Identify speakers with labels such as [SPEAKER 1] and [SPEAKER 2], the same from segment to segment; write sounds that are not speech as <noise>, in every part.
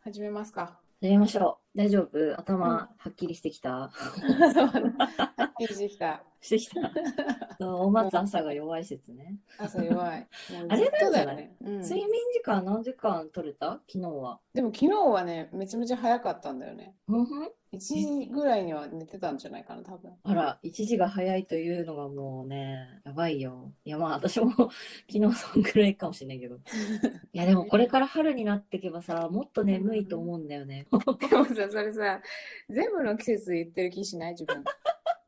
[SPEAKER 1] 始めますか。
[SPEAKER 2] やりましょう。大丈夫頭、はっきりしてきた。
[SPEAKER 1] <laughs> そうはっきりしてきた。
[SPEAKER 2] してき <laughs> た。お松朝が弱い説ね。
[SPEAKER 1] 朝弱い。もう
[SPEAKER 2] あれなん
[SPEAKER 1] ず
[SPEAKER 2] じゃない
[SPEAKER 1] っとだよねうん
[SPEAKER 2] 睡眠時間何時間取れた昨日は。
[SPEAKER 1] でも昨日はね、めちゃめちゃ早かったんだよね。
[SPEAKER 2] うんふん
[SPEAKER 1] 1時ぐらいには寝てたんじゃないかな、多分。
[SPEAKER 2] あら、一時が早いというのがもうね、やばいよ。いや、まあ私も <laughs> 昨日そんくらいかもしれない <laughs> けど。いや、でもこれから春になってけばさ、もっと眠いと思うんだよね。
[SPEAKER 1] でもさ、それさ、全部の季節言ってる気しない自分。
[SPEAKER 2] <laughs>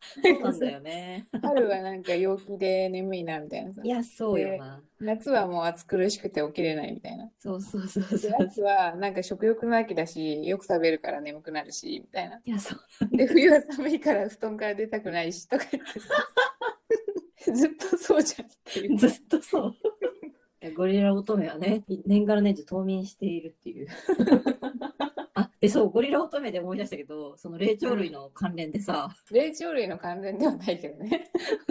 [SPEAKER 2] そうなんだよね。
[SPEAKER 1] <laughs> 春はなんか陽気で眠いなみたいなさ
[SPEAKER 2] い。や、そうよな。
[SPEAKER 1] 夏はもう暑苦しくて起きれないみたいな。
[SPEAKER 2] そうそうそうそ <laughs>
[SPEAKER 1] で
[SPEAKER 2] う。
[SPEAKER 1] 夏はなんか食欲の秋だし、よく食べるから眠くなるし、みたいな。
[SPEAKER 2] いや、そう。
[SPEAKER 1] で、冬は寒いから布団から出たくないし、とか言
[SPEAKER 2] <laughs>
[SPEAKER 1] ってさ。ずっとそうじゃんっていう。
[SPEAKER 2] ずっとそう。 <laughs> いやゴリラ乙女はね、年がら年中冬眠しているって <laughs> いう。あ、で、そう、ゴリラ乙女で思い出したけど、その霊長類の関連でさ、
[SPEAKER 1] 霊長類の関連ではないけどね。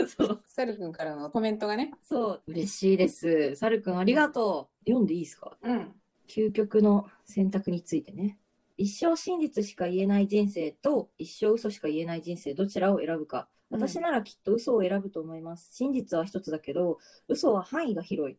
[SPEAKER 2] <laughs> そう、
[SPEAKER 1] サル君からのコメントがね。
[SPEAKER 2] そう、嬉しいです。サルくんありがとう。読んでいいですか
[SPEAKER 1] うん。
[SPEAKER 2] 究極の選択についてね。一生真実しか言えない人生と一生嘘しか言えない人生、どちらを選ぶか。私ならきっと嘘を選ぶと思います。真実は一つだけど、嘘は範囲が広い。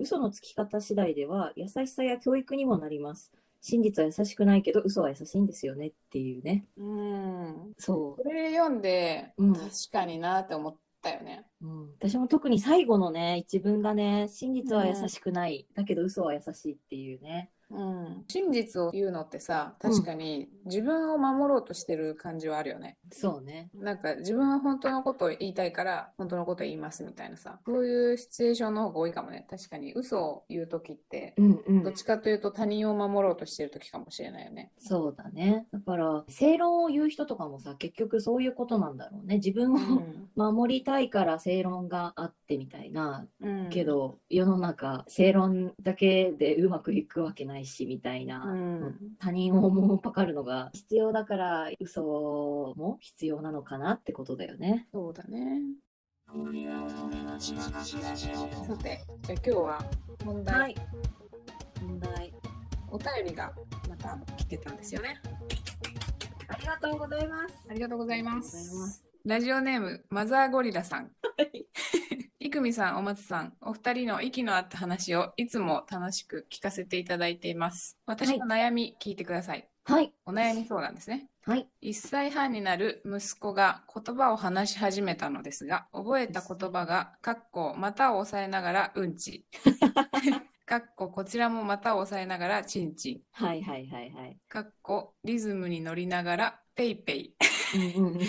[SPEAKER 2] 嘘のつき方次第では、優しさや教育にもなります。真実は優しくないけど、嘘は優しいんですよねっていうね。
[SPEAKER 1] うん。
[SPEAKER 2] そ
[SPEAKER 1] これ読んで、
[SPEAKER 2] うん
[SPEAKER 1] 確かになって思ったよね。
[SPEAKER 2] う。うん、私も特に最後のね、一文がね、真実は優しくない。だけど、嘘は優しいっていうね。
[SPEAKER 1] うん。真実を言うのってさ、確かに自分を守ろうとしてる感じはあるよね。
[SPEAKER 2] そうね。
[SPEAKER 1] なんか自分は本当のことを言いたいから本当のことを言いますみたいなさそういうシチュエーションの方が多いかもね確かに嘘を言う時って
[SPEAKER 2] うんうん
[SPEAKER 1] どっちかというと他人を守ろうとしてる時かもしれないよね
[SPEAKER 2] そうだね。だから、正論を言う人とかもさ、結局そういうことなんだろうね。自分を守りたいから正論があってみたいな。
[SPEAKER 1] うん
[SPEAKER 2] けど、世の中、正論だけでうまくいくわけないし、みたいな。
[SPEAKER 1] うん
[SPEAKER 2] 他人をもうパかるのが必要だから、嘘も必要なのかなってことだよね。
[SPEAKER 1] そうだねさてじゃあ今日は問題、
[SPEAKER 2] い。問題。
[SPEAKER 1] お便りがまた来てたんですよね
[SPEAKER 2] ありがとうございます。
[SPEAKER 1] ありがとうございます
[SPEAKER 2] ありがとうございます
[SPEAKER 1] ラジオネームマザーゴリラさん
[SPEAKER 2] はい。
[SPEAKER 1] いくみさん、お松さん、お二人の息の合った話をいつも楽しく聞かせていただいています。私の悩み、聞いてください。
[SPEAKER 2] はい。
[SPEAKER 1] お悩み相談ですね。
[SPEAKER 2] はい。
[SPEAKER 1] 1歳半になる息子が言葉を話し始めたのですが、覚えた言葉が、かっこ、またを押さえながらうんち。かっこ、こちらもまたを押さえながらちんちん。
[SPEAKER 2] はいはいはいはい。
[SPEAKER 1] かっこ、リズムに乗りながらペイペイ。
[SPEAKER 2] うんうん。 <laughs>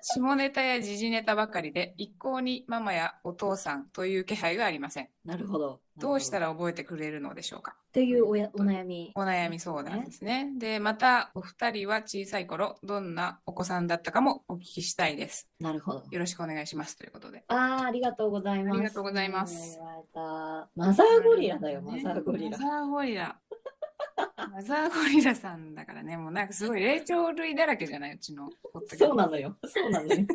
[SPEAKER 1] 下ネタや時事ネタばかりで、一向にママやお父さんという気配がありません。
[SPEAKER 2] なるほど。
[SPEAKER 1] どうした
[SPEAKER 2] ら
[SPEAKER 1] ら覚えてくれるのでしょうか
[SPEAKER 2] っていうおやお悩み。
[SPEAKER 1] お悩み相談ですね。で、またお二人は小さい頃、どんなお子さんだったかもお聞きしたいです。
[SPEAKER 2] なるほど。
[SPEAKER 1] よろしくお願いします。ということで。
[SPEAKER 2] ああ、ありがとうございます。
[SPEAKER 1] ありがとうございます
[SPEAKER 2] 言われた。マザーゴリラだよ、マザーゴリラ
[SPEAKER 1] マ。ザーゴリラ。 <laughs> マザーゴリラさんだからね、もうなんかすごい霊長類だらけじゃないうちのポッドキャスト
[SPEAKER 2] そうなのよ。そうなのよ。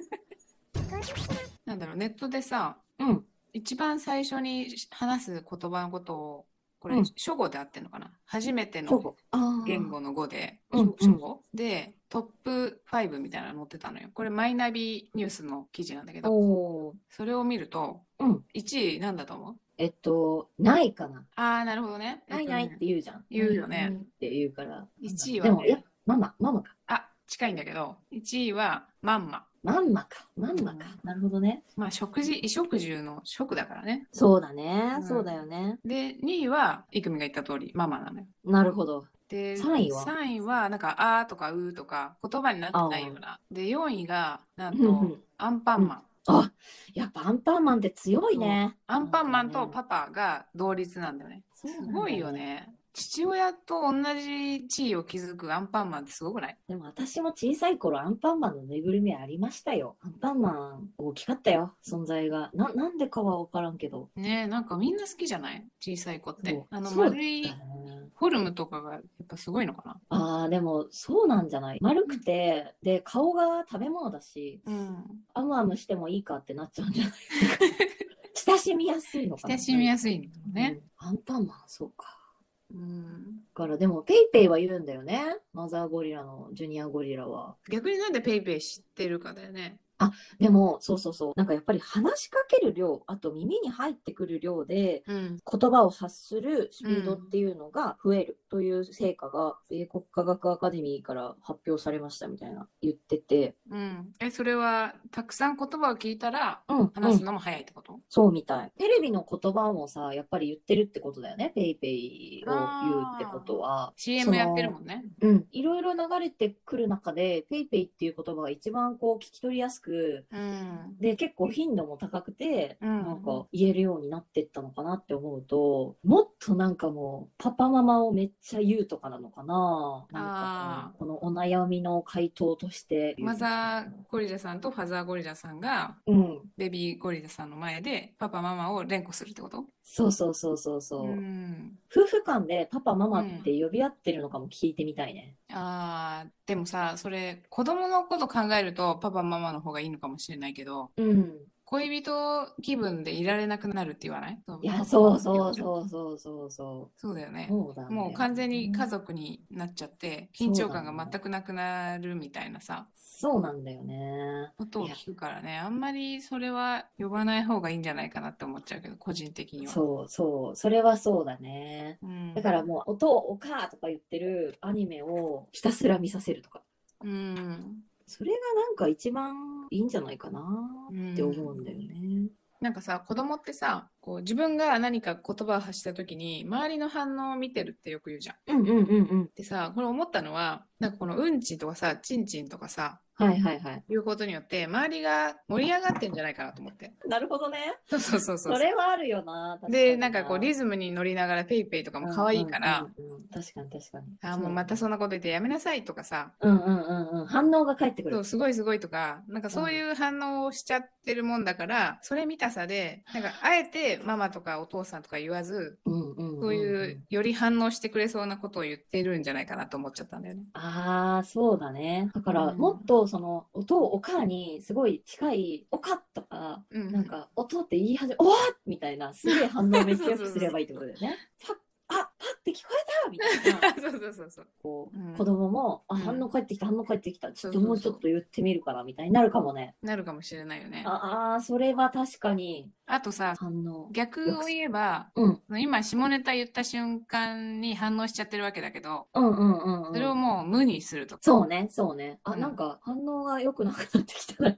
[SPEAKER 1] なんだろう、ネットでさ、
[SPEAKER 2] うん。
[SPEAKER 1] 一番最初に話す言葉のことを、これ、
[SPEAKER 2] うん
[SPEAKER 1] 初語であってんのかな初めて
[SPEAKER 2] そ
[SPEAKER 1] の
[SPEAKER 2] う。ああ。
[SPEAKER 1] 言。語の語で、
[SPEAKER 2] うんうん
[SPEAKER 1] 初語でトップ5みたいなの載ってたのよこれマイナビニュースの記事なんだけ
[SPEAKER 2] お
[SPEAKER 1] ど
[SPEAKER 2] お。
[SPEAKER 1] それを見ると
[SPEAKER 2] うん。
[SPEAKER 1] 1位なんだと思う
[SPEAKER 2] えっと、ないかな。
[SPEAKER 1] ああなるほどね
[SPEAKER 2] ないない
[SPEAKER 1] えっ
[SPEAKER 2] っ
[SPEAKER 1] とね
[SPEAKER 2] て言うじゃん。
[SPEAKER 1] 言うよね
[SPEAKER 2] ないないって言うから。
[SPEAKER 1] 一位
[SPEAKER 2] で
[SPEAKER 1] は
[SPEAKER 2] も、いや
[SPEAKER 1] ね、
[SPEAKER 2] ママ、ママか。
[SPEAKER 1] あ近いんだけど1位はまんま
[SPEAKER 2] マンマか。マンマか。なるほどね。
[SPEAKER 1] まあ食事衣食住の食だからね
[SPEAKER 2] そうだね
[SPEAKER 1] う。ん
[SPEAKER 2] そうだよね。
[SPEAKER 1] で2位はイクミが言った通りママなのよ
[SPEAKER 2] なるほど。
[SPEAKER 1] で
[SPEAKER 2] 三位は
[SPEAKER 1] 三位はなんか「あ」とか「う」とか言葉になってないようなで4位がなん
[SPEAKER 2] うんう
[SPEAKER 1] と
[SPEAKER 2] ん
[SPEAKER 1] アンパンマン、
[SPEAKER 2] あ、 <laughs> やっぱアンパンマンって強いね。
[SPEAKER 1] アンパンマンとパパが同率なんだよね。
[SPEAKER 2] す
[SPEAKER 1] すごいよ。ね。父親と同じ地位を築くアンパンマンってすごくない
[SPEAKER 2] でも私も小さい頃アンパンマンのぬいぐるみありましたよ。アンパンマン大きかったよ、存在が。な、なんでかはわからんけど。
[SPEAKER 1] ねえ、なんかみんな好きじゃない小さい子っ
[SPEAKER 2] そ
[SPEAKER 1] て
[SPEAKER 2] う。
[SPEAKER 1] あの
[SPEAKER 2] そうだ
[SPEAKER 1] 丸い
[SPEAKER 2] ね
[SPEAKER 1] フォルムとかがやっぱすごいのか
[SPEAKER 2] ああ、でもそうなんじゃない丸くて、で、顔が食べ物だし、
[SPEAKER 1] なうん。
[SPEAKER 2] アムアムしてもいいかってなっちゃうんじゃない親しみやすいのかな。
[SPEAKER 1] 親しみやすいの
[SPEAKER 2] うん
[SPEAKER 1] ね。
[SPEAKER 2] アンパンマン、そうか。
[SPEAKER 1] うん、
[SPEAKER 2] から、でも、ペイペイは言うんだよね。マザーゴリラのジュニアゴリラは。
[SPEAKER 1] 逆になんでペイペイ知ってるかだよね。
[SPEAKER 2] でも、そうそうそう。なんかやっぱり話しかける量、あと耳に入ってくる量で、
[SPEAKER 1] うん。
[SPEAKER 2] 言葉を発するスピードっていうのが増えるという成果が、米国科学アカデミーから発表されましたみたいな言ってて、
[SPEAKER 1] うん。え、それは、たくさん言葉を聞いたら、
[SPEAKER 2] うん、
[SPEAKER 1] 話すのも早いってこと、
[SPEAKER 2] そうみたい。テレビの言葉もさ、やっぱり言ってるってことだよね。ペイペイを言うってことは。
[SPEAKER 1] ?CM やってるもんね。
[SPEAKER 2] うん。いろいろ流れてくる中で、ペイペイっていう言葉が一番こう聞き取りやすく、
[SPEAKER 1] うん。
[SPEAKER 2] で、結構頻度も高くて、
[SPEAKER 1] うん
[SPEAKER 2] なんか言えるようになってったのかなって思うと、もっとなんかもう、パパママをめっちゃ言うとかなのかな。なんかこのこのお悩みの回答として。
[SPEAKER 1] マザーゴリラさんとファザーゴリラさんが、
[SPEAKER 2] うん。
[SPEAKER 1] ベビーゴリラさんの前で、パパママを連呼するってこと
[SPEAKER 2] そうそうそうそうそう。
[SPEAKER 1] ん。
[SPEAKER 2] 夫婦間でパパママって呼び合ってるのかも聞いてみたいね。
[SPEAKER 1] ああ、でもさ、それ、子供のこと考えると、パパママの方がいいのかもしれないけど、
[SPEAKER 2] うん。
[SPEAKER 1] 恋人気分でいられなくなるって言わない
[SPEAKER 2] いや、そうそう
[SPEAKER 1] う。
[SPEAKER 2] そうそうそうそ
[SPEAKER 1] そうだよね
[SPEAKER 2] う。。そうだね。
[SPEAKER 1] もう完全に家族になっちゃって、緊張感が全くなくなるみたいなさ、
[SPEAKER 2] そうなんだよね。
[SPEAKER 1] ことを聞くからね、あんまりそれは呼ばない方がいいんじゃないかなって思っちゃうけど、個人的には。
[SPEAKER 2] そうそう。それはそうだね。
[SPEAKER 1] うん。
[SPEAKER 2] だからもう、おとおかとか言ってるアニメをひたすら見させるとか。
[SPEAKER 1] うん。
[SPEAKER 2] それがなんか一番いいんじゃないかなって思うんだよね。
[SPEAKER 1] なんかさ、子供ってさ、こう自分が何か言葉を発した時に、周りの反応を見てるってよく言うじゃん。
[SPEAKER 2] うんうんうんうん。
[SPEAKER 1] でさ、これ思ったのは、なんかこのうんちとかさ、ちんちんとかさ、
[SPEAKER 2] はいはいはい。
[SPEAKER 1] いうことによって、周りが盛り上がってんじゃないかなと思って。
[SPEAKER 2] なるほどね。
[SPEAKER 1] そうそうそう
[SPEAKER 2] そ
[SPEAKER 1] そう。
[SPEAKER 2] れはあるよな。
[SPEAKER 1] で、なんかこう、リ
[SPEAKER 2] ズ
[SPEAKER 1] ズムに乗りながらペイペイとかも可愛いから、。
[SPEAKER 2] うんうんうんうん確かに確かに。
[SPEAKER 1] あーもうまたそんなこと言ってやめなさいとかさ、
[SPEAKER 2] うんうんうんうん。反応が返って
[SPEAKER 1] そ
[SPEAKER 2] くる
[SPEAKER 1] う。すごいすごいとか、なんかそういう反応をしちゃってるもんだから、それ見たさで、なんかあえてママとかお父さんとか言わず、
[SPEAKER 2] うんうんんん
[SPEAKER 1] そういう。より反応してくれそうなことを言ってるんじゃないかなと思っちゃったんだよね。
[SPEAKER 2] ああ、そうだね。だから、
[SPEAKER 1] うん
[SPEAKER 2] もっとその、音をおかにすごい近い、おかとか、
[SPEAKER 1] うん、
[SPEAKER 2] なんか、音って言い始め、おわっみたいな、すげえ反応めっちゃ良くすればいいってことだよ
[SPEAKER 1] <laughs>
[SPEAKER 2] ね。パッ、あ、パッって聞こえたみたい
[SPEAKER 1] <laughs>
[SPEAKER 2] な。
[SPEAKER 1] そうそうそうそう。
[SPEAKER 2] こう、
[SPEAKER 1] うん
[SPEAKER 2] 子供も、あ、
[SPEAKER 1] うん
[SPEAKER 2] 反応返ってきた、反応返ってきた。ちょ
[SPEAKER 1] そう
[SPEAKER 2] っと
[SPEAKER 1] そうそう
[SPEAKER 2] もうちょっと言ってみるかな、みたいになるかもね。
[SPEAKER 1] なるかもしれないよね。あ
[SPEAKER 2] ああ、それは確かに、
[SPEAKER 1] とさ、
[SPEAKER 2] 反応。
[SPEAKER 1] 逆を言えば、
[SPEAKER 2] うん、
[SPEAKER 1] 今下ネタ言った瞬間に反応しちゃってるわけだけど、
[SPEAKER 2] うんうんうん、うん。
[SPEAKER 1] それをもう無にするとか。
[SPEAKER 2] そうね、そうね。あ、
[SPEAKER 1] うん
[SPEAKER 2] なんか反応が良くなくなってき
[SPEAKER 1] <laughs>
[SPEAKER 2] たな。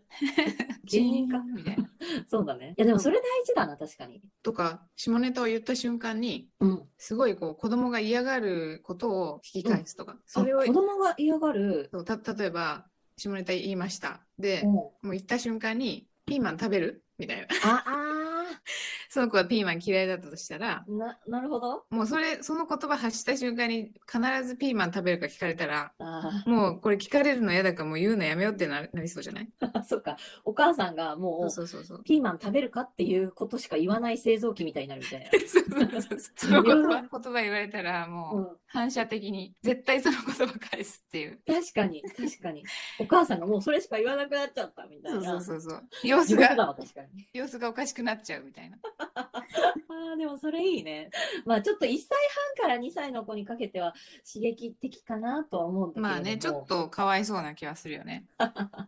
[SPEAKER 1] 人
[SPEAKER 2] <laughs> 芸人か。
[SPEAKER 1] みたいな。
[SPEAKER 2] <laughs> そうだね。いや、でもそれ大事だな、確かに。
[SPEAKER 1] とか、下ネタを言った瞬間に、
[SPEAKER 2] うん。
[SPEAKER 1] すごいこう子供が嫌がることを聞き返すとか、それを
[SPEAKER 2] あ子供が嫌がる。
[SPEAKER 1] そうた例えば下ネタ言いましたで、
[SPEAKER 2] うん
[SPEAKER 1] もう言った瞬間に「ピーマン食べる?」みたいな <laughs>
[SPEAKER 2] あ、あ
[SPEAKER 1] その子がピーマン嫌いだったとしたら
[SPEAKER 2] ーな、なるほど。
[SPEAKER 1] もうそれその言葉発した瞬間に必ずピーマン食べるか聞かれたら
[SPEAKER 2] あ
[SPEAKER 1] もうこれ聞かれるの嫌だからもう言うのやめようってななりそうじゃない
[SPEAKER 2] あ、 <laughs> そっか。お母さんがも
[SPEAKER 1] そうう、そうそうそう
[SPEAKER 2] ピーマン食べるかっていうことしか言わない製造機みたいになるみたいな。
[SPEAKER 1] そうそうそうその言葉言葉言われたらも
[SPEAKER 2] う、
[SPEAKER 1] <laughs> うん反射的に絶対その言葉返すっていう
[SPEAKER 2] 確かに、確かに。お母さんがもうそれしか言わなくなっちゃったみたい
[SPEAKER 1] そう
[SPEAKER 2] な。
[SPEAKER 1] そうそうそう様
[SPEAKER 2] 地
[SPEAKER 1] 子
[SPEAKER 2] 獄
[SPEAKER 1] が
[SPEAKER 2] だわ、確かに。
[SPEAKER 1] 様子がおかしくなっちゃうみたいな
[SPEAKER 2] ああ、でもそれいいね。まあちょっと1歳半から2歳の子にかけては刺激的かなとは思うんだけれども。
[SPEAKER 1] まあねちょっとかわいそうな気はするよ <laughs> ねせっかく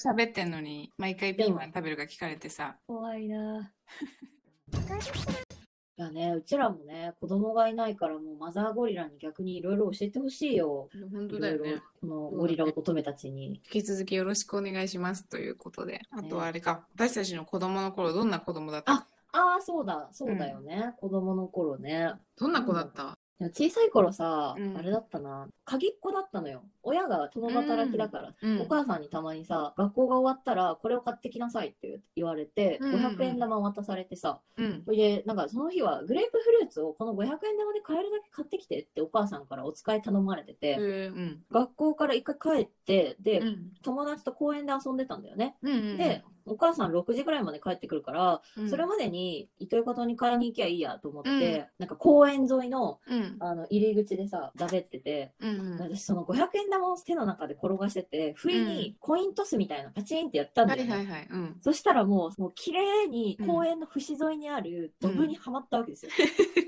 [SPEAKER 1] 喋ってんのに毎回ピーマン食べるか聞かれてさ
[SPEAKER 2] 怖いな。 <laughs> いやね、うちらもね、子供がいないからもうマザーゴリラに逆にいろいろ教えてほしいよ。
[SPEAKER 1] 本
[SPEAKER 2] い
[SPEAKER 1] 当
[SPEAKER 2] ろ
[SPEAKER 1] だ
[SPEAKER 2] い
[SPEAKER 1] よ
[SPEAKER 2] ろ
[SPEAKER 1] ね。
[SPEAKER 2] このゴリラ乙女たちに。
[SPEAKER 1] 引き続きよろしくお願いしますということで、あとはあれか、私たちの子供の頃どんな子供だった
[SPEAKER 2] あああ、そうだ、そうだよね。子供の頃ね。
[SPEAKER 1] どんな子だった、
[SPEAKER 2] でも小さい頃さ、
[SPEAKER 1] うん
[SPEAKER 2] あれだったな。鍵っ子だったのよ。親が共働きだから。
[SPEAKER 1] うん
[SPEAKER 2] お母さんにたまにさ、学校が終わったらこれを買ってきなさいって言われて、
[SPEAKER 1] うんうんうん
[SPEAKER 2] 500円玉渡されてさ、
[SPEAKER 1] うん
[SPEAKER 2] それで、なんかその日はグレープフルーツをこの500円玉で買えるだけ買ってきてってお母さんからお使い頼まれてて、
[SPEAKER 1] えーうん
[SPEAKER 2] 学校から一回帰って、で、
[SPEAKER 1] うん
[SPEAKER 2] 友達と公園で遊んでたんだよね。
[SPEAKER 1] うんうん
[SPEAKER 2] で、お母さん6時ぐらいまで帰ってくるから、それまでに糸魚川島に買いに行きゃいいやと思って、
[SPEAKER 1] うん
[SPEAKER 2] なんか公園沿いの
[SPEAKER 1] うん
[SPEAKER 2] あの入り口でさだべってて、
[SPEAKER 1] うんうん
[SPEAKER 2] 私その500円玉を手の中で転がしてて不意にコイントスみたいなパチンってやったん
[SPEAKER 1] は
[SPEAKER 2] だよ
[SPEAKER 1] い
[SPEAKER 2] ね。
[SPEAKER 1] はいはいうん
[SPEAKER 2] そしたらもう、もう綺麗に公園の節沿いにあるドブにはまったわけですよ。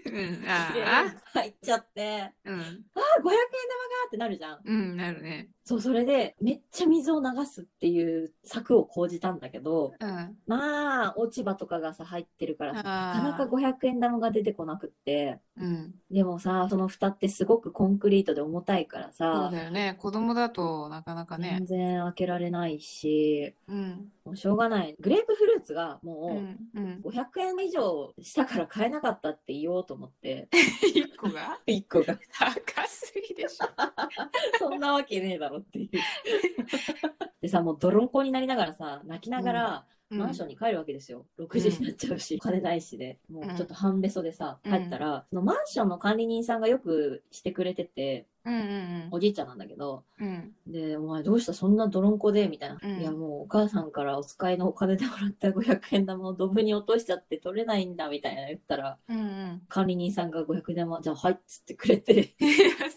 [SPEAKER 1] うん
[SPEAKER 2] 綺麗
[SPEAKER 1] あ
[SPEAKER 2] に入っちゃって、
[SPEAKER 1] あうん
[SPEAKER 2] ああ、500円玉がってなるじゃん。
[SPEAKER 1] うんなるね
[SPEAKER 2] そう、それで、めっちゃ水を流すっていう策を講じたんだけど、
[SPEAKER 1] うん
[SPEAKER 2] まあ、落ち葉とかがさ、入ってるからさ、なかな
[SPEAKER 1] あ
[SPEAKER 2] か
[SPEAKER 1] ー
[SPEAKER 2] 500円玉が出てこなくって、
[SPEAKER 1] うん
[SPEAKER 2] でもさ、その蓋ってすごくコンクリートで重たいから
[SPEAKER 1] そう
[SPEAKER 2] さ、
[SPEAKER 1] だよね子供だとなかなかね
[SPEAKER 2] 全然開けられないし、
[SPEAKER 1] うん
[SPEAKER 2] もうしょうがない。グレープフルーツが
[SPEAKER 1] う
[SPEAKER 2] もう、
[SPEAKER 1] んうん
[SPEAKER 2] 500円以上したから買えなかったって言おうと思って、
[SPEAKER 1] <laughs> <laughs> 一個が
[SPEAKER 2] 1個が。
[SPEAKER 1] 高すぎでしょ
[SPEAKER 2] <laughs> そんなわけねえだろっていう。でさ、もう泥んこになりながらさ、泣きながらマンションに帰るわけですよ。6時になっちゃうし、お金ないしで、もうちょっと半べそでさ、
[SPEAKER 1] うん
[SPEAKER 2] 帰ったら、そのマンションの管理人さんがよくしてくれてて、
[SPEAKER 1] うんうん
[SPEAKER 2] おじいちゃんなんだけど、
[SPEAKER 1] うんうん
[SPEAKER 2] で、お前どうしたそんな泥んこでみたいな。
[SPEAKER 1] うん
[SPEAKER 2] いや、もうお母さんからお使いのお金でもらった500円玉をドブに落としちゃって取れないんだみたいな言ったら、
[SPEAKER 1] うん
[SPEAKER 2] <laughs>
[SPEAKER 1] うん
[SPEAKER 2] 管理人さんが500円玉、じゃあはいっつってくれて、
[SPEAKER 1] 優しい
[SPEAKER 2] すみま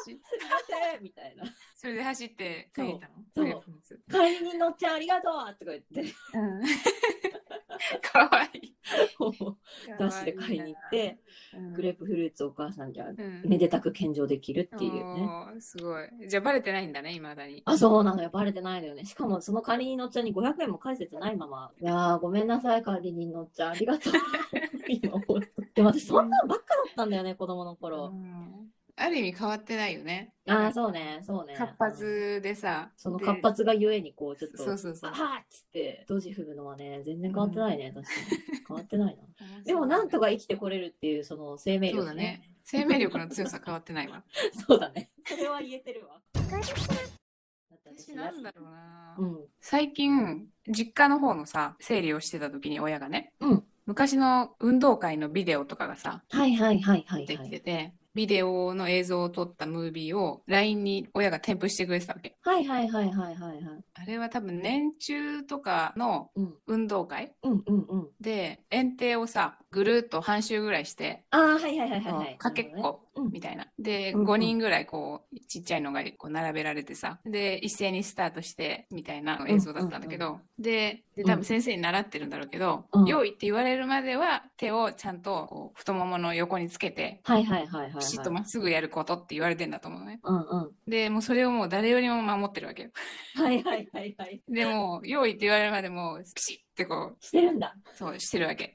[SPEAKER 2] せ <laughs> んみたいな。
[SPEAKER 1] それで走って帰ったの
[SPEAKER 2] そう
[SPEAKER 1] グレープフルーツ
[SPEAKER 2] 管理人のおっちゃんありがとうとか言って、
[SPEAKER 1] うん <laughs> かわいい
[SPEAKER 2] もうダッシュで買いに行って、グレープフルーツをお母さんじゃ
[SPEAKER 1] プっ
[SPEAKER 2] めでたく献上できるっていうね。
[SPEAKER 1] すごいじゃあバレてないんだねいまだに
[SPEAKER 2] あ、そうなのよ。バレてないのよね。しかも、その管理人のおっちゃんに500円も返せてないまま。いやー、ごめんなさい、管理人のおっちゃん。あり
[SPEAKER 1] <laughs>
[SPEAKER 2] がとう。今思うとでも私、そんなんばっかだったんだよね、子供の
[SPEAKER 1] う
[SPEAKER 2] 頃。
[SPEAKER 1] んある意味変わってないよね
[SPEAKER 2] あー、そうね、そうね。
[SPEAKER 1] 活発でさ
[SPEAKER 2] その
[SPEAKER 1] で
[SPEAKER 2] 活発がゆえに、こう、ちょっと、
[SPEAKER 1] そうそうそう
[SPEAKER 2] あーっつって、ドジ踏むのはね、全然変わってないね、確かに。変わってないな。でもなんと
[SPEAKER 1] か
[SPEAKER 2] か生きてこれるっていうその生命
[SPEAKER 1] そう
[SPEAKER 2] 力
[SPEAKER 1] だね。生命力の強さ変わってない
[SPEAKER 2] <laughs>
[SPEAKER 1] わ
[SPEAKER 2] そうだね。それは言えてるわ。
[SPEAKER 1] 私なんだろうな
[SPEAKER 2] うん。
[SPEAKER 1] 最近実家の方のさ整理をしてた時に親がね、
[SPEAKER 2] うん
[SPEAKER 1] 昔の運動会のビデオとかがさ
[SPEAKER 2] はいはいはいはい
[SPEAKER 1] 出
[SPEAKER 2] は
[SPEAKER 1] てき
[SPEAKER 2] い。
[SPEAKER 1] てて、ビデオの映像を撮ったムービーを LINE に親が添付してくれてたわけ
[SPEAKER 2] はいはいはいはいはいはい。
[SPEAKER 1] あれは多分年中とかの
[SPEAKER 2] うん
[SPEAKER 1] 運動会
[SPEAKER 2] うんうんうん。
[SPEAKER 1] で園庭をさぐるっと半周ぐらいして、
[SPEAKER 2] ああはいはいはいはいはい。
[SPEAKER 1] かけっこ
[SPEAKER 2] うん
[SPEAKER 1] みたいな、で、
[SPEAKER 2] うんうん
[SPEAKER 1] 5人ぐらいこうちっちゃいのがこう並べられてさで一斉にスタートしてみたいな映像だったんだけど、でで多分先生に習ってるんだろうけど「
[SPEAKER 2] うん
[SPEAKER 1] 用意」って言われるまでは手をちゃんとこう太ももの横につけて。
[SPEAKER 2] はいはいはいはいは
[SPEAKER 1] ピシッ
[SPEAKER 2] い
[SPEAKER 1] と。まっすぐやることって言われてんだと思うのね。
[SPEAKER 2] うんうん。
[SPEAKER 1] で、もうそれをもう誰よりも守ってるわけよ。
[SPEAKER 2] <laughs> はいはいはいはい。
[SPEAKER 1] でもう、用意って言われるまでもう、ピシッってこ
[SPEAKER 2] してるんだ。 <laughs>
[SPEAKER 1] う、そうしてるわけ。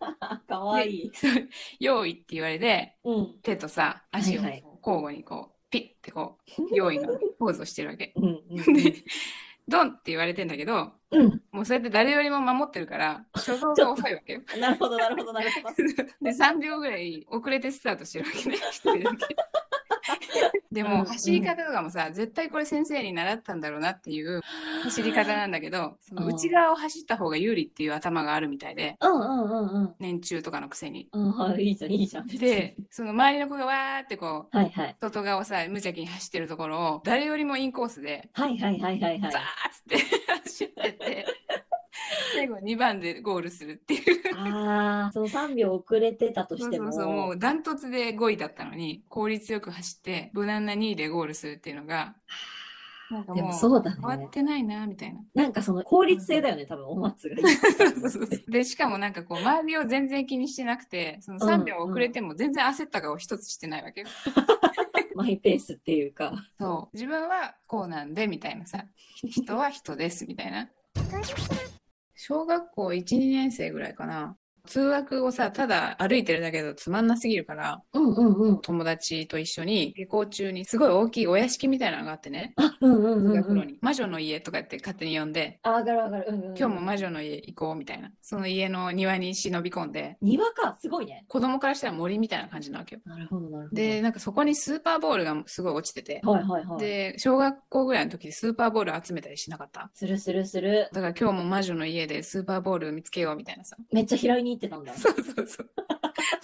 [SPEAKER 2] かわいい。
[SPEAKER 1] そう用意って言われて
[SPEAKER 2] うん。
[SPEAKER 1] 手とさ足を
[SPEAKER 2] はいはい
[SPEAKER 1] こう交互にこうピッてこう用意のポーズをしてるわけ
[SPEAKER 2] うんうん
[SPEAKER 1] でドンって言われてんだけど
[SPEAKER 2] うん。
[SPEAKER 1] もうそれって誰よりも守ってるから初動が遅いわけよ
[SPEAKER 2] うん。なるほどなるほどなるほど。
[SPEAKER 1] で3秒ぐらい遅れてスタートしてるわけね一人だけで
[SPEAKER 2] うんう
[SPEAKER 1] も
[SPEAKER 2] ん
[SPEAKER 1] 走り方とかもさ絶対これ先生に習ったんだろうなっていう走り方なんだけどその
[SPEAKER 2] うん
[SPEAKER 1] 内側を走った方が有利っていう頭があるみたいで
[SPEAKER 2] うんうんうんうん。
[SPEAKER 1] 年中とかのくせに。
[SPEAKER 2] うんはいいいじゃんいいじゃん。
[SPEAKER 1] で、その周りの子がわーってこう
[SPEAKER 2] はいはい。
[SPEAKER 1] 外側をさ無邪気に走ってるところを誰よりもインコースで
[SPEAKER 2] はいはいはいはいはい
[SPEAKER 1] ザー。ッつって走ってって最後2番でゴールするっていう
[SPEAKER 2] ああ、その3秒遅れてたと
[SPEAKER 1] そ
[SPEAKER 2] し
[SPEAKER 1] う
[SPEAKER 2] て
[SPEAKER 1] そう
[SPEAKER 2] も。
[SPEAKER 1] そうもうダントツで5位だったのに効率よく走って無難な2位でゴールするっていうのがなんか
[SPEAKER 2] で
[SPEAKER 1] も
[SPEAKER 2] も
[SPEAKER 1] う
[SPEAKER 2] そうだ
[SPEAKER 1] 変わ
[SPEAKER 2] ね
[SPEAKER 1] っ。てないなみたいな。 <laughs>
[SPEAKER 2] なんかその効率性だよね、多分お松 <laughs> が言ってたのって。
[SPEAKER 1] でしかもなんかこう周りを全然気にしてなくてその3秒遅れても全然焦った顔一つしてないわけよ。
[SPEAKER 2] マイペースっていうか。
[SPEAKER 1] そう自分はこうなんでみたいな
[SPEAKER 2] <laughs>
[SPEAKER 1] さ人は人ですみたいな小学校12年生ぐらいかな通学をさただ歩いてるだけだとつまんなすぎるから
[SPEAKER 2] うんうんうん。
[SPEAKER 1] 友達と一緒に下校中にすごい大きいお屋敷みたいなのがあってね
[SPEAKER 2] あ、うんう
[SPEAKER 1] 通
[SPEAKER 2] んうん、
[SPEAKER 1] 学
[SPEAKER 2] う
[SPEAKER 1] 路
[SPEAKER 2] ん。
[SPEAKER 1] に「魔女の家」とかって勝手に呼んで
[SPEAKER 2] あ、上がる上がる。うんうんう
[SPEAKER 1] 「今
[SPEAKER 2] ん、
[SPEAKER 1] 日も魔女の家行こう」みたいなその家の庭に忍び込んで
[SPEAKER 2] 庭か、すごいね。
[SPEAKER 1] 子供からしたら森みたいな感じなわけよ
[SPEAKER 2] なるほどなるほど。
[SPEAKER 1] で、なんかそこにスーパーボールがすごい落ちてて
[SPEAKER 2] はいはいはい。
[SPEAKER 1] で小学校ぐらいの時スーパーボール集めたりしなかった
[SPEAKER 2] するするする。
[SPEAKER 1] だから今日も魔女の家でスーパーボール見つけようみたいなさ。
[SPEAKER 2] めっちゃ拾いにに行ってたんだ。
[SPEAKER 1] そうそうそう。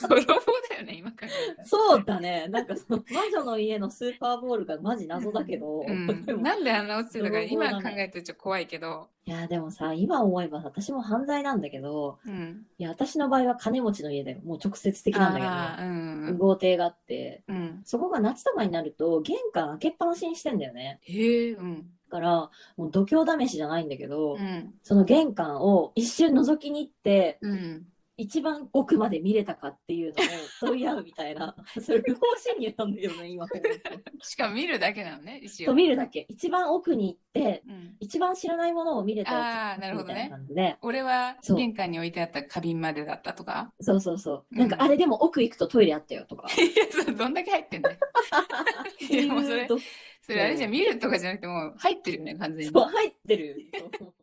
[SPEAKER 1] 泥棒だよね、今から見たら。
[SPEAKER 2] そうだね。なんかその、魔女の家のスーパーボールがマジ謎だけど、
[SPEAKER 1] う
[SPEAKER 2] で
[SPEAKER 1] ん、
[SPEAKER 2] も
[SPEAKER 1] なんであんな落ちてたか、
[SPEAKER 2] 泥棒だね
[SPEAKER 1] 今考えてると怖いけど、
[SPEAKER 2] <laughs> いや、でもさ、今思えば私も犯罪なんだけど、
[SPEAKER 1] うん。
[SPEAKER 2] いや、私の場合は金持ちの家だよ。もう直接的なんだけど
[SPEAKER 1] ああ、うん
[SPEAKER 2] ね、豪邸があって、
[SPEAKER 1] うん。うん。
[SPEAKER 2] そこが夏とかになると玄関開けっぱなしにしてんだよね。
[SPEAKER 1] へえ、うん。
[SPEAKER 2] だから、もう度胸試しじゃないんだけど、
[SPEAKER 1] うん。
[SPEAKER 2] その玄関を一瞬覗きに行って、
[SPEAKER 1] うん。
[SPEAKER 2] 一番奥まで見れたかっていうのを問い <laughs> 合うみたいな、それ不法侵入なんだよね、今思うと。
[SPEAKER 1] しかも見るだけなのね、一
[SPEAKER 2] そう
[SPEAKER 1] 応。
[SPEAKER 2] 見るだけ。一番奥に行って、
[SPEAKER 1] うん。
[SPEAKER 2] 一番知らないものを見れた
[SPEAKER 1] あ
[SPEAKER 2] や
[SPEAKER 1] あ、な
[SPEAKER 2] つ
[SPEAKER 1] るほ
[SPEAKER 2] み
[SPEAKER 1] ど
[SPEAKER 2] たいな
[SPEAKER 1] ね。
[SPEAKER 2] 感じで、
[SPEAKER 1] 俺は
[SPEAKER 2] そう
[SPEAKER 1] 玄関に置いてあった花瓶までだったと
[SPEAKER 2] <laughs>
[SPEAKER 1] か。
[SPEAKER 2] そうそうそう。
[SPEAKER 1] うん
[SPEAKER 2] なんか、あれでも奥行くとトイレあったよとか。
[SPEAKER 1] いや、それどんだけ入って
[SPEAKER 2] <laughs>
[SPEAKER 1] んだよ。い <laughs> や、もうそれ、それあれじゃん見るとかじゃなくてもう入ってるよね、完全
[SPEAKER 2] そう
[SPEAKER 1] に。
[SPEAKER 2] 入ってる <laughs> よ。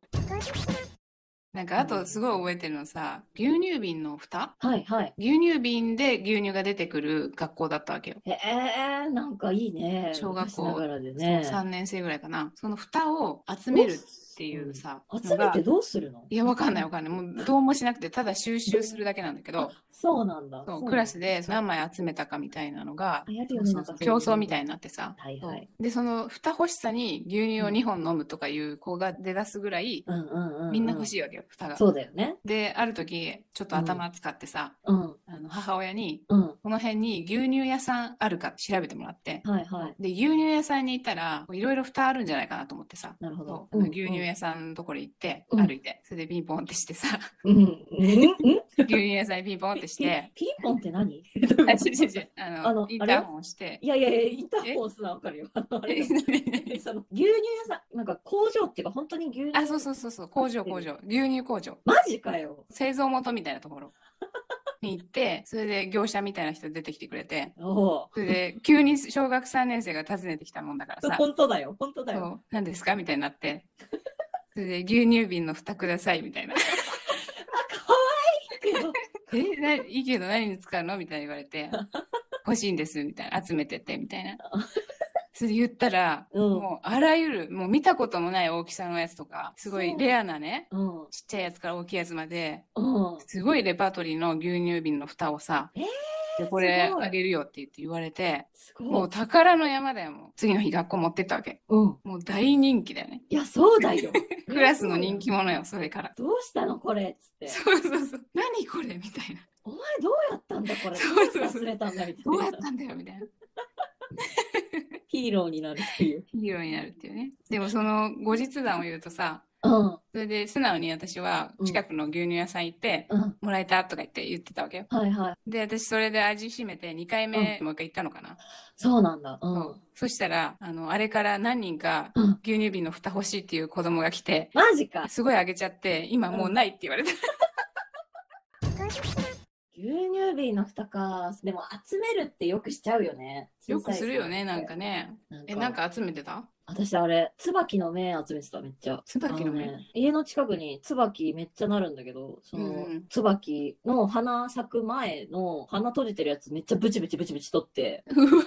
[SPEAKER 1] なんかあとすごい覚えてるのさ、牛乳瓶の蓋
[SPEAKER 2] はいはい。
[SPEAKER 1] 牛乳瓶で牛乳が出てくる学校だったわけよ。
[SPEAKER 2] へえ、なんかいいね。
[SPEAKER 1] 小学校
[SPEAKER 2] 昔ながらでね。
[SPEAKER 1] 3年生ぐらいかな。その蓋を集めるっていうさ、
[SPEAKER 2] 集
[SPEAKER 1] の
[SPEAKER 2] め
[SPEAKER 1] が
[SPEAKER 2] てどうするの
[SPEAKER 1] いや、わかんないわかんない。もうどうもしなくて、ただ収集するだけなんだけど、
[SPEAKER 2] そうなんだ。
[SPEAKER 1] そう
[SPEAKER 2] そう
[SPEAKER 1] クラスで何枚集めたかみたいなのが
[SPEAKER 2] あ、やるよね
[SPEAKER 1] そうそう競争みたいになってさ。
[SPEAKER 2] はいはい
[SPEAKER 1] そうで、その蓋欲しさに牛乳を2本飲むとかいう子が出だすぐらい、
[SPEAKER 2] うんうんうんうん。
[SPEAKER 1] みんな欲
[SPEAKER 2] い。
[SPEAKER 1] しいわけよ、蓋が。
[SPEAKER 2] そうだよね。
[SPEAKER 1] で、ある時、ちょっと頭使ってさ、
[SPEAKER 2] うん
[SPEAKER 1] あの母親に、
[SPEAKER 2] うん。
[SPEAKER 1] この辺に牛乳屋さんあるか調べてもらって、
[SPEAKER 2] はいはい。
[SPEAKER 1] で、牛乳屋さんに行ったら、いろいろ蓋あるんじゃないかなと思ってさ、
[SPEAKER 2] なるほど
[SPEAKER 1] そ。う
[SPEAKER 2] うん
[SPEAKER 1] 牛乳屋さんのところ行って、
[SPEAKER 2] うん
[SPEAKER 1] 歩いて、それでピンポンってして
[SPEAKER 2] <laughs>
[SPEAKER 1] さ、
[SPEAKER 2] うんうんうん。
[SPEAKER 1] 牛乳屋さんにピンポンって
[SPEAKER 2] <laughs>
[SPEAKER 1] して、
[SPEAKER 2] ピンポンって何
[SPEAKER 1] <laughs> あ、違う違う違う、あの、
[SPEAKER 2] あの
[SPEAKER 1] インターホンをして、
[SPEAKER 2] いやいやいや、インターホンすなわかるよ。あのあれその牛乳屋さん、なんか工場っていうか、本当に牛乳。
[SPEAKER 1] <laughs> あ、そうそうそうそう、工場工場、牛乳工場、
[SPEAKER 2] マジかよ。
[SPEAKER 1] 製造元みたいなところに行って、それで業者みたいな人出てきてくれて、
[SPEAKER 2] お
[SPEAKER 1] それで急に小学3年生が訪ねてきたもんだから
[SPEAKER 2] お。
[SPEAKER 1] さ、
[SPEAKER 2] 本当だよ、本当だよ。
[SPEAKER 1] そう何ですかみたいになって、それで牛乳瓶の蓋くださいみたいな。
[SPEAKER 2] 可愛いけど。
[SPEAKER 1] え、ないいけど何に使うのみたいに言われ
[SPEAKER 2] <laughs>
[SPEAKER 1] て、欲しいんです、みたいな。集めてて、みたいな。それで言ったら、
[SPEAKER 2] うん。
[SPEAKER 1] <laughs> もうあらゆる、もう見たこともない大きさのやつとか、すごいレアなね、
[SPEAKER 2] うん。
[SPEAKER 1] ちっちゃいやつから大きいやつまで、
[SPEAKER 2] うん。
[SPEAKER 1] すごいレパートリーの牛乳瓶の蓋をさ、
[SPEAKER 2] えー
[SPEAKER 1] でこれ
[SPEAKER 2] すごい
[SPEAKER 1] あげるよって言って言われて、
[SPEAKER 2] すごい。
[SPEAKER 1] もう宝の山だよ、もう。次の日学校持ってったわけ。
[SPEAKER 2] うん。
[SPEAKER 1] もう大人気だよね。
[SPEAKER 2] いや、そうだよ。
[SPEAKER 1] <laughs> クラスの人気者よ、それから。
[SPEAKER 2] どうしたのこれっつって。
[SPEAKER 1] そうそうそう。何これみたいな。
[SPEAKER 2] お前どうやったんだこれ。
[SPEAKER 1] そうそうそう
[SPEAKER 2] 忘れたんだみたい
[SPEAKER 1] どうやっ
[SPEAKER 2] な。
[SPEAKER 1] たんだよ、みたいな。
[SPEAKER 2] ヒーローになるっていう。
[SPEAKER 1] ヒーローになるっていうね。でもその後日談を言うとさ、
[SPEAKER 2] うん。
[SPEAKER 1] それで素直に私は近くの牛乳屋さん行って、
[SPEAKER 2] うん。
[SPEAKER 1] もらえたとか言って言ってたわけよ。
[SPEAKER 2] はいはい。
[SPEAKER 1] で、私それで味しめて2回目もう一回行ったのかな。
[SPEAKER 2] そうなんだ。う
[SPEAKER 1] そ
[SPEAKER 2] ん
[SPEAKER 1] う。そしたら、あの、あれから何人か
[SPEAKER 2] うん。
[SPEAKER 1] 牛乳瓶の蓋欲しいっていう子供が来て、
[SPEAKER 2] マジか。
[SPEAKER 1] すごいあげちゃって、今もうないって言われた。
[SPEAKER 2] 牛乳瓶の蓋か。でも集めるってよくしちゃうよね。
[SPEAKER 1] よくするよね、なんか
[SPEAKER 2] ね。
[SPEAKER 1] ね。
[SPEAKER 2] なんか
[SPEAKER 1] え、なんか集めてた
[SPEAKER 2] 私あれ、椿の芽集めてためっちゃ。
[SPEAKER 1] 椿の
[SPEAKER 2] あ
[SPEAKER 1] 芽。
[SPEAKER 2] ね、家の近くに椿めっちゃなるんだけど、その、
[SPEAKER 1] うんうん
[SPEAKER 2] 椿の花咲く前の花閉じてるやつめっちゃブチブチブチブチ取って、
[SPEAKER 1] うわ、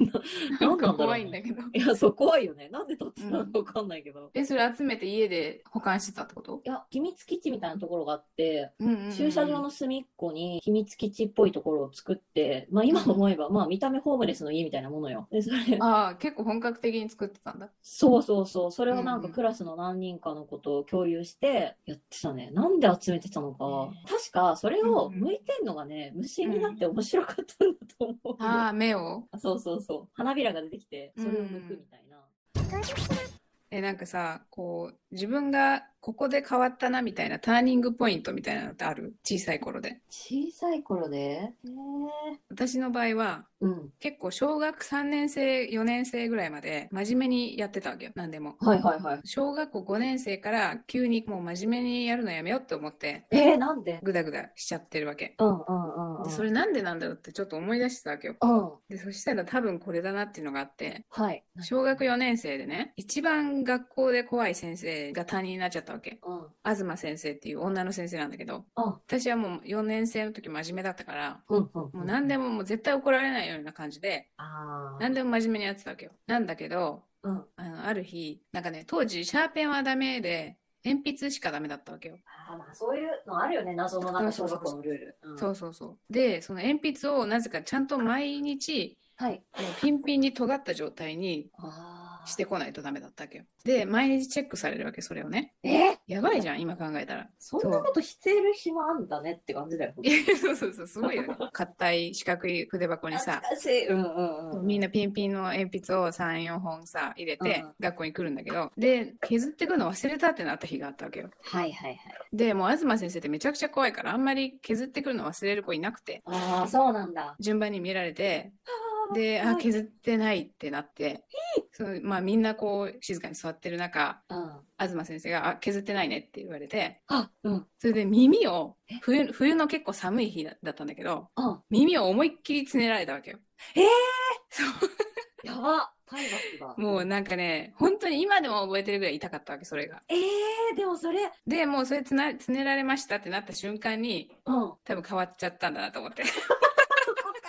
[SPEAKER 1] <laughs> な
[SPEAKER 2] なんん
[SPEAKER 1] か
[SPEAKER 2] なんだろ
[SPEAKER 1] 怖
[SPEAKER 2] うね
[SPEAKER 1] いんだけど。
[SPEAKER 2] いや、そう怖いよね。なんで取ってたのかわかんないけど。い
[SPEAKER 1] え、それ集めて家で保管してたってこと
[SPEAKER 2] や、秘密基地みたいなところがあって、
[SPEAKER 1] うんうんうん
[SPEAKER 2] 駐車場の隅っこに秘密基地っぽいところを作って、まあ今思えば、まあ見た目ホームレスの家みたいなものよ。で、それ、
[SPEAKER 1] ああ、結構本格的に作ってたんだ。
[SPEAKER 2] そうそうそう、それをな
[SPEAKER 1] うん
[SPEAKER 2] ん
[SPEAKER 1] う
[SPEAKER 2] か
[SPEAKER 1] ん
[SPEAKER 2] クラスの何人かのことを共有してやってたね。なんで集めてたのか。確かそれを向いてんのがね、虫になって面白かったんだと思うよ。
[SPEAKER 1] ああ、目を
[SPEAKER 2] そうそうそう。花びらが出てきて、それを剥くみたいな。
[SPEAKER 1] え、なんかさ、こう、自分がここで変わったなみたいなターニングポイントみたいなのってある小さい頃で。
[SPEAKER 2] 小さい頃でへー
[SPEAKER 1] 私の場合は、
[SPEAKER 2] うん。
[SPEAKER 1] 結構小学3年生、4年生ぐらいまで真面目にやってたわけよ。何でも。
[SPEAKER 2] はいはいはい。
[SPEAKER 1] 小学校5年生から急にもう真面目にやるのやめようって思って、
[SPEAKER 2] えー、なんで
[SPEAKER 1] ぐだぐだしちゃってるわけ。
[SPEAKER 2] うんうんうんうん。
[SPEAKER 1] で、それなんでなんだろうってちょっと思い出してたわけよ。
[SPEAKER 2] うん。
[SPEAKER 1] で、そしたら多分これだなっていうのがあって、
[SPEAKER 2] はい。
[SPEAKER 1] 小学4年生でね、一番学校で怖い先生が担任になっちゃったわけ。
[SPEAKER 2] うん。
[SPEAKER 1] 東先生っていう女の先生なんだけど、
[SPEAKER 2] うん
[SPEAKER 1] 私はもう4年生の時真面目だったから、
[SPEAKER 2] うんうん。
[SPEAKER 1] もう何でも
[SPEAKER 2] も。
[SPEAKER 1] もう絶対怒られないような感じで、
[SPEAKER 2] ああ。
[SPEAKER 1] 何
[SPEAKER 2] で
[SPEAKER 1] でも真面目にやってたわけよ。なんだけど、
[SPEAKER 2] うん。
[SPEAKER 1] あのある日、なんかね、当時シャーペンはダメで、鉛筆しかダメだったわけよ。
[SPEAKER 2] あーまあそういうのあるよね、謎のなんか小学校のルール。うん
[SPEAKER 1] そうそうそう。で、その鉛筆をなぜかちゃんと毎日、
[SPEAKER 2] はい。
[SPEAKER 1] もうピンピンに尖った状態に
[SPEAKER 2] あー
[SPEAKER 1] してこないとダメだったわけよ。で、毎日チェックされるわけ、それをね。
[SPEAKER 2] え
[SPEAKER 1] やばいじゃん、今考えたら。
[SPEAKER 2] そんなことしてる暇あんだねって感じだよ。
[SPEAKER 1] いや <laughs> そうそうそう、すごいよね。硬い四角い筆箱にさ
[SPEAKER 2] 懐、かしい。うんうんうん。
[SPEAKER 1] みんなピンピンの鉛筆を3、4本さ、入れて
[SPEAKER 2] うん
[SPEAKER 1] 学校に来るんだけど、で、削ってくの忘れたってなった日があったわけよ。
[SPEAKER 2] はいはいはい。
[SPEAKER 1] で、もう東先生ってめちゃくちゃ怖いから、あんまり削ってくるの忘れる子いなくて、
[SPEAKER 2] ああ、そうなんだ。
[SPEAKER 1] 順番に見られて、で、
[SPEAKER 2] は
[SPEAKER 1] あ、
[SPEAKER 2] い
[SPEAKER 1] 削ってないってなって、そのまあみんなこう静かに座ってる中、
[SPEAKER 2] うん。
[SPEAKER 1] 東先生が、あ、削ってないねって言われて、
[SPEAKER 2] あ、うん。うん。
[SPEAKER 1] それで耳を、冬冬の結構寒い日だだったんだけど、耳を思いっきりつねられたわけよ。
[SPEAKER 2] えー
[SPEAKER 1] そう
[SPEAKER 2] やば。体罰だ。
[SPEAKER 1] もうなんかね、本当に今でも覚えてるぐらい痛かったわけ、それが。
[SPEAKER 2] ええでもそれ、
[SPEAKER 1] で、もうそれつな、つねられましたってなった瞬間に、
[SPEAKER 2] うん。そ
[SPEAKER 1] 多分変わっちゃったんだなと
[SPEAKER 2] <laughs>
[SPEAKER 1] 思って。 <laughs>
[SPEAKER 2] こか。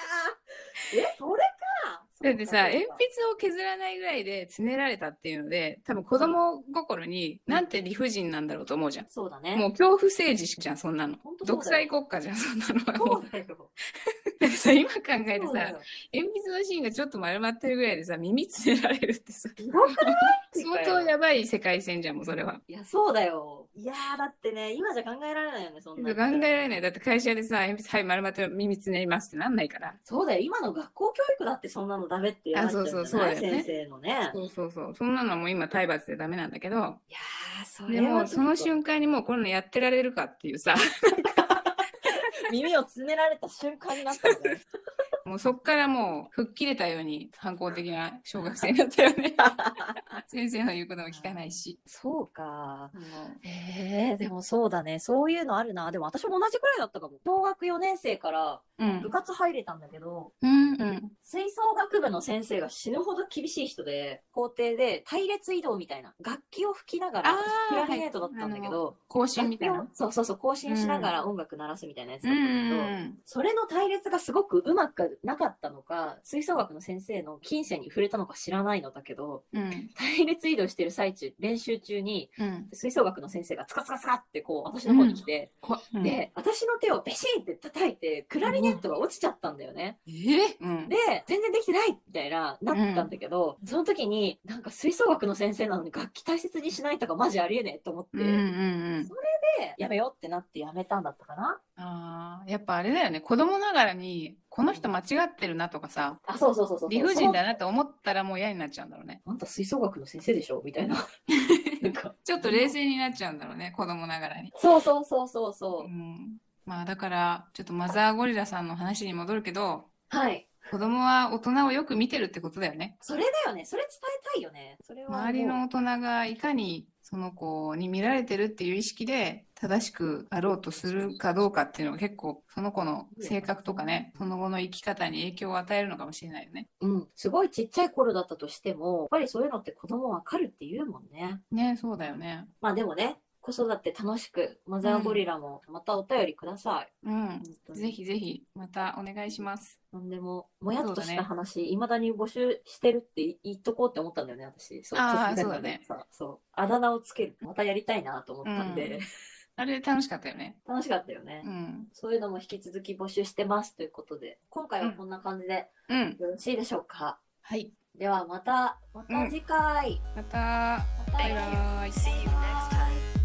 [SPEAKER 2] え、それか。
[SPEAKER 1] だってさ、鉛
[SPEAKER 2] そうか
[SPEAKER 1] 筆を削らないぐらいでつねられたっていうので、多分子供心に、なんて理不尽なんだろうと思うじゃん。
[SPEAKER 2] そうだね。
[SPEAKER 1] もう恐怖政治じゃん、そんなの
[SPEAKER 2] 本。当そうだ
[SPEAKER 1] 独裁
[SPEAKER 2] よ
[SPEAKER 1] 国家じゃん、そんなのはも。
[SPEAKER 2] そううだよ。
[SPEAKER 1] だってさ、今考えて
[SPEAKER 2] そうだ
[SPEAKER 1] さ、
[SPEAKER 2] よ。
[SPEAKER 1] 鉛筆の芯がちょっと丸まってるぐらいでさ、耳つねられるってさ、
[SPEAKER 2] ひどくない
[SPEAKER 1] 相当やばい世界線じゃん、もうそれは。
[SPEAKER 2] いや、そうだよ。いやー、だってね、今じゃ考えられないよね、そん
[SPEAKER 1] 考え
[SPEAKER 2] な。
[SPEAKER 1] られない。だって会社でさ、鉛筆、はい、丸まってる耳つねりますってなんないから。
[SPEAKER 2] そうだよ、今の学校教育だってそんなのダメって言われてるんじゃない
[SPEAKER 1] あそうそうそうだよね
[SPEAKER 2] 先生のね。
[SPEAKER 1] そうそうそう。そんなのはもう今体罰でダメなんだけど、
[SPEAKER 2] いやー、そ
[SPEAKER 1] で
[SPEAKER 2] れ
[SPEAKER 1] も
[SPEAKER 2] は
[SPEAKER 1] う
[SPEAKER 2] ちょ
[SPEAKER 1] そ
[SPEAKER 2] っと
[SPEAKER 1] の瞬間にもうこんなのやってられるかっていう
[SPEAKER 2] <laughs>
[SPEAKER 1] さ、
[SPEAKER 2] 耳を詰められた瞬間になったの <laughs> ね。
[SPEAKER 1] もうそっからもう吹っ切れたように反抗的な小学生になったよ
[SPEAKER 2] <laughs>
[SPEAKER 1] ね。先生の言うことも聞かないし。
[SPEAKER 2] そうか。
[SPEAKER 1] もう
[SPEAKER 2] えー、でもそうだね。そういうのあるな。でも私も同じくらいだったかも。小学4年生から
[SPEAKER 1] うん
[SPEAKER 2] 部。活入れたんだけど、
[SPEAKER 1] うんうん。
[SPEAKER 2] 吹奏楽部の先生が死ぬほど厳しい人で、校庭で隊列移動みたいな、楽器を吹きなが
[SPEAKER 1] あ
[SPEAKER 2] ら
[SPEAKER 1] ー、
[SPEAKER 2] クラリネートだったんだけど、
[SPEAKER 1] 更新みたい
[SPEAKER 2] 楽
[SPEAKER 1] な
[SPEAKER 2] 器を。そうそうそう、更新しながら音楽鳴らすみたいなやつ
[SPEAKER 1] う
[SPEAKER 2] だ
[SPEAKER 1] ん
[SPEAKER 2] っ
[SPEAKER 1] う
[SPEAKER 2] たんだけど、
[SPEAKER 1] ん
[SPEAKER 2] それの対立がすごくうまくなかったのか、吹奏楽の先生の金銭に触れたのか知らないのだけど、
[SPEAKER 1] うん。うん
[SPEAKER 2] 対列移動してる最中、練習中に、
[SPEAKER 1] うん。
[SPEAKER 2] 吹奏楽の先生がツカツカツカってこう、私の方に来て、
[SPEAKER 1] こうん
[SPEAKER 2] で、私の手をベシンって叩いて、クラリネットが落ちちゃったんだよね。
[SPEAKER 1] えーうん
[SPEAKER 2] で、全然できてないみたいな、なったんだけど、その時に、なんか吹奏楽の先生なのに楽器大切にしないとかマジありえねえと思って、
[SPEAKER 1] うんうんうん。
[SPEAKER 2] で、やめようってなってやめたんだったかな。
[SPEAKER 1] ああ、やっぱあれだよね。子供ながらに、この人間違ってるなとかさ、
[SPEAKER 2] あ、そうそうそうそう。
[SPEAKER 1] 理不尽だなって思ったらもう嫌になっちゃうんだろうね。
[SPEAKER 2] あんた吹奏楽の先生でしょみ <laughs> たいな。なんか
[SPEAKER 1] ちょっと冷静になっちゃうんだろうね、子供ながらに。
[SPEAKER 2] そうそうそうそうそうう。
[SPEAKER 1] ん、まあだからちょっとマザーゴリラさんの話に戻るけど
[SPEAKER 2] はい。
[SPEAKER 1] 子供は大人をよく見てるってことだよね
[SPEAKER 2] それだよね。それ伝えたいよね。それはもう。
[SPEAKER 1] 周りの大人がいかにその子に見られてるっていう意識で正しくあろうとするかどうかっていうのが結構その子の性格とかねその後の生き方に影響を与えるのかもしれないよね。
[SPEAKER 2] うん。すごいちっちゃい頃だったとしても、やっぱりそういうのって子供わかるって言うもんね。
[SPEAKER 1] ねそうだよね。
[SPEAKER 2] まあでもね、子育て楽しく、マザーゴリラも、またお便りください。
[SPEAKER 1] うん。
[SPEAKER 2] 本当に
[SPEAKER 1] ぜ。ひぜひまたお願いします。
[SPEAKER 2] なんでも、もやっと
[SPEAKER 1] そうだ
[SPEAKER 2] した
[SPEAKER 1] ね
[SPEAKER 2] 話、いまだに募集してるって言っとこうって思ったんだよね、私。そう
[SPEAKER 1] あー
[SPEAKER 2] 卒業まで
[SPEAKER 1] そ
[SPEAKER 2] さそう。あだ名をつける。またやりたいなと思ったんで、
[SPEAKER 1] あれ楽しかったよね。
[SPEAKER 2] 楽しかったよね。
[SPEAKER 1] うん。
[SPEAKER 2] そういうのも引き続き募集してますということで、今回はこんな感じで
[SPEAKER 1] うん。
[SPEAKER 2] よろしいでしょうか。
[SPEAKER 1] はい。
[SPEAKER 2] ではまた、また次回。
[SPEAKER 1] また
[SPEAKER 2] また
[SPEAKER 1] バイバイ。
[SPEAKER 3] See you next time.